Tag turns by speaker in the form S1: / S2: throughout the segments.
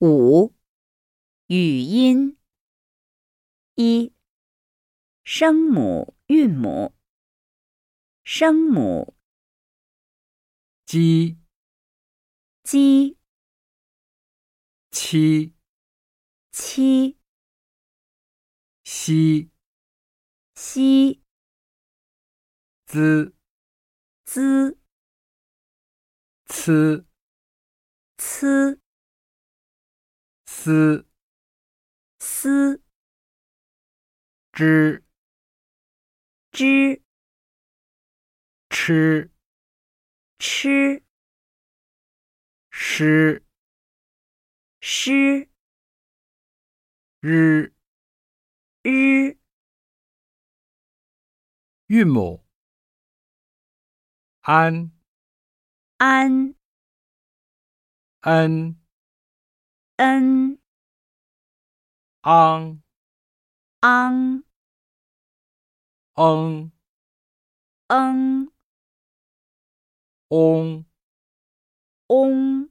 S1: 五、语音。一、声母、韵母。声母
S2: 鸡、
S1: 鸡、
S2: 七、
S1: 七、
S2: 西、
S1: 西、
S2: 滋、
S1: 滋、呲、
S2: 呲、丝、
S1: 丝、
S2: 之、
S1: 之、
S2: 吃、
S1: 吃、
S2: 诗、
S1: 诗、
S2: 日、
S1: 日、
S2: 韵母。安、
S1: 安、
S2: 恩、
S1: 恩、
S2: 昂、
S1: 昂、
S2: 嗯、
S1: 嗯、
S2: 翁、
S1: 翁、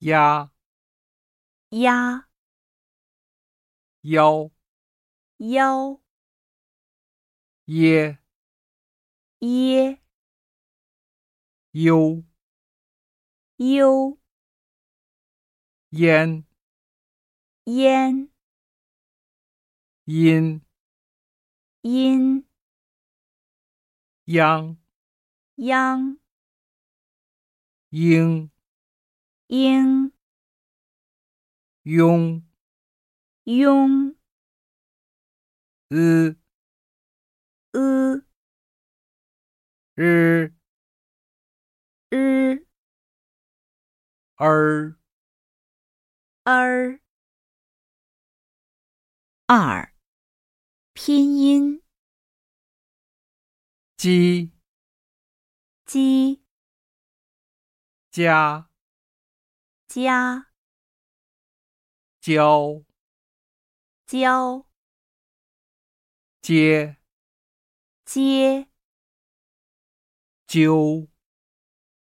S2: 压、
S1: 压、
S2: 腰、
S1: 腰、
S2: 耶、
S1: 耶、
S2: 优、
S1: 幽、
S2: 烟、
S1: 烟、
S2: 阴、
S1: 阴、
S2: 央、
S1: 央、
S2: 英、
S1: 英、
S2: 雍、
S1: 庸、
S2: 呃、
S1: 呃、
S2: 日、
S1: 日、
S2: 儿。
S1: 儿。二，拼音
S2: 鸡、
S1: 鸡
S2: 加、
S1: 加
S2: 交、
S1: 交
S2: 接、
S1: 接
S2: 纠、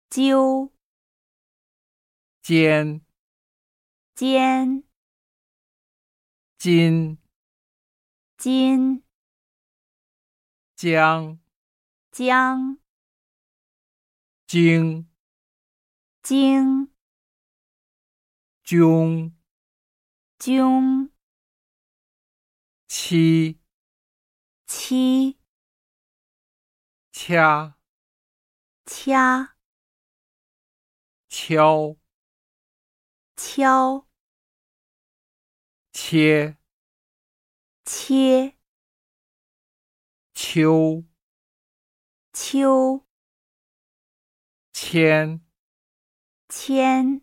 S1: 纠
S2: 尖、
S1: 尖
S2: 金、
S1: 金
S2: 江、
S1: 将
S2: 京、
S1: 经
S2: 迥、
S1: 扃
S2: 七、
S1: 七
S2: 掐、
S1: 掐
S2: 敲、
S1: 敲
S2: 切、
S1: 切
S2: 秋、
S1: 秋
S2: 千、
S1: 千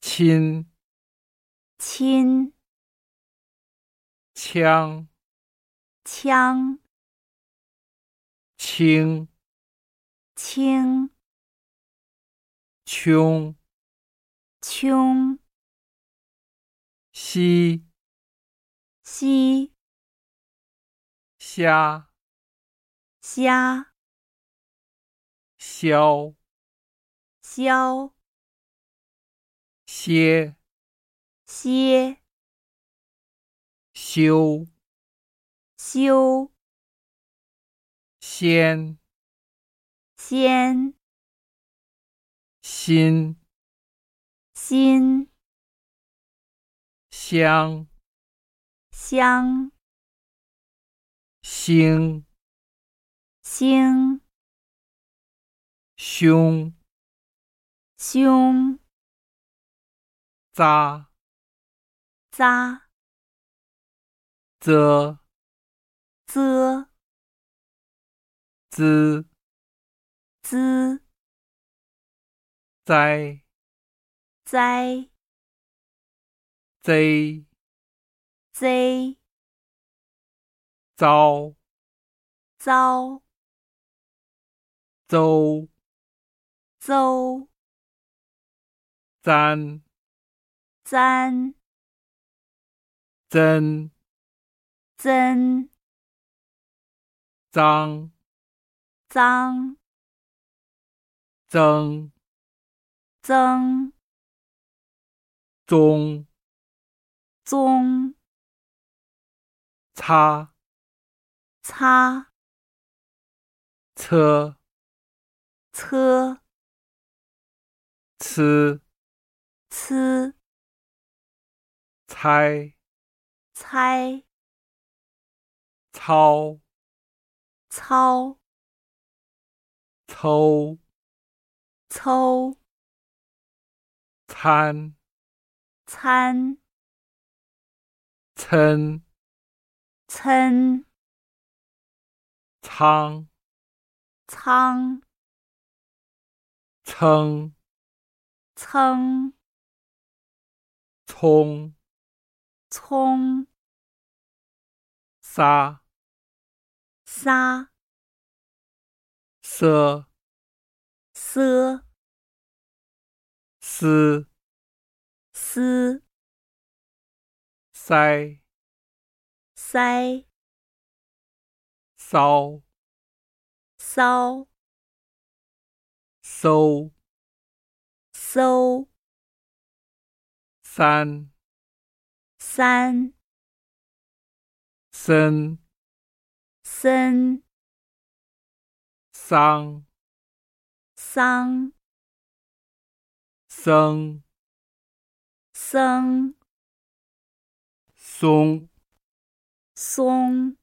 S2: 亲、
S1: 亲
S2: 枪、
S1: 枪
S2: 清、
S1: 清
S2: 穷、
S1: 穷
S2: 西、
S1: 西。
S2: 虾、
S1: 虾、
S2: 削、
S1: 削、
S2: 歇、
S1: 歇、
S2: 修、
S1: 修、
S2: 先、
S1: 仙、
S2: 心、
S1: 心、
S2: 香。
S1: 香、
S2: 兴、
S1: 星、
S2: 凶、
S1: 凶、
S2: 扎、
S1: 扎、
S2: 啧、
S1: 啧、
S2: 滋、
S1: 滋、
S2: 灾、
S1: 灾、
S2: 贼、
S1: 贼、
S2: 遭、
S1: 遭、
S2: 邹、
S1: 邹、
S2: 簪、
S1: 簪、
S2: 真、
S1: 增、
S2: 脏、
S1: 脏、
S2: 增。
S1: 增。
S2: 棕、
S1: 棕、
S2: 擦、
S1: 擦、
S2: 车、
S1: 车、
S2: 吃、
S1: 呲、
S2: 猜、
S1: 猜、
S2: 操、
S1: 操、
S2: 抽、
S1: 抽、
S2: 参、
S1: 参、
S2: 称、
S1: 称、
S2: 仓、
S1: 仓、
S2: 称、
S1: 噌、
S2: 冲、
S1: 葱、
S2: 杀、
S1: 撒、
S2: 奢、
S1: 瑟、
S2: 思、
S1: 思、
S2: 塞、
S1: 塞、
S2: 骚、
S1: 骚、
S2: 搜、
S1: 搜、
S2: 三、
S1: 三、
S2: 森、
S1: 森、
S2: 桑、
S1: 桑、
S2: 僧、
S1: 僧、
S2: 松、
S1: 松、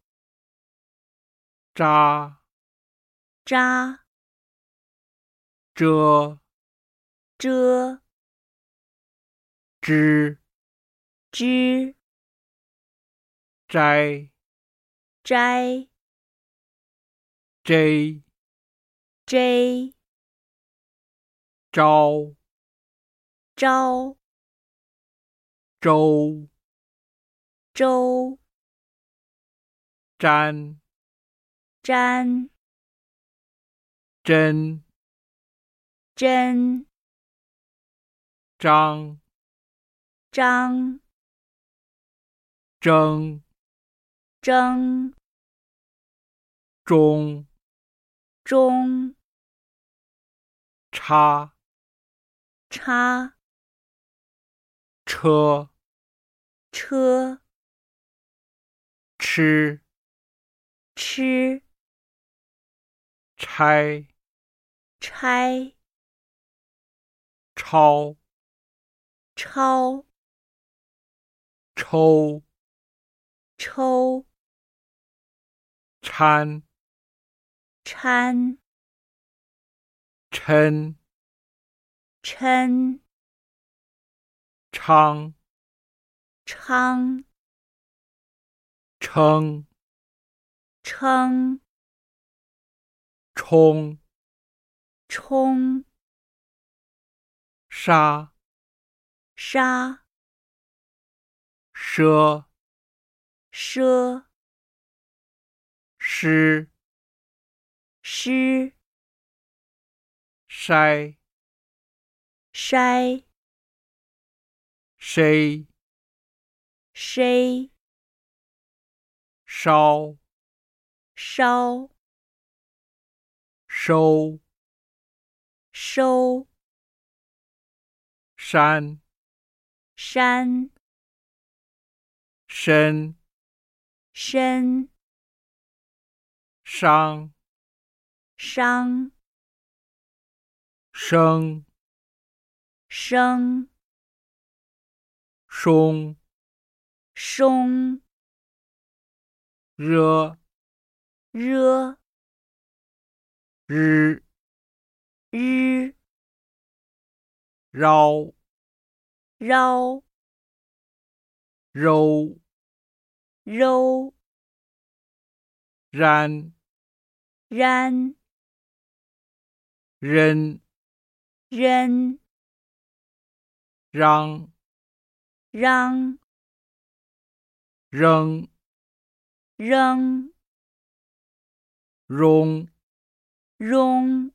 S2: 扎、
S1: 扎、
S2: 遮、
S1: 遮、
S2: 支、
S1: 支、
S2: 摘、
S1: 摘、
S2: J、
S1: 摘、
S2: 招、
S1: 招、
S2: 周、
S1: 周、
S2: 粘、
S1: 粘、
S2: 真、
S1: 针、
S2: 张、
S1: 张、
S2: 争、
S1: 争、
S2: 中、
S1: 中、
S2: 插、
S1: 插、
S2: 车、
S1: 车、
S2: 吃、
S1: 吃、
S2: 拆、
S1: 拆、
S2: 超、
S1: 抄、
S2: 抽、
S1: 抽、
S2: 掺、
S1: 掺、
S2: 抻、
S1: 抻、
S2: 昌、
S1: 昌、
S2: 称、
S1: 称、
S2: 冲、
S1: 冲、
S2: 杀、
S1: 杀、
S2: 奢、
S1: 奢、
S2: 诗、
S1: 诗、
S2: 筛、
S1: 筛、
S2: 谁、
S1: 筛、
S2: 烧、
S1: 烧、
S2: 收、
S1: 收、
S2: 山、
S1: 山、
S2: 身、
S1: 身、
S2: 伤、
S1: 伤、
S2: 生、
S1: 生、
S2: 松、
S1: 松、
S2: 热、
S1: 热、
S2: 日、
S1: 日、
S2: 绕、
S1: 绕、
S2: 揉、
S1: 揉、
S2: 然、
S1: 然、
S2: 扔、
S1: 扔、
S2: 嚷、
S1: 嚷、
S2: 扔、
S1: 扔、
S2: 容、
S1: 容、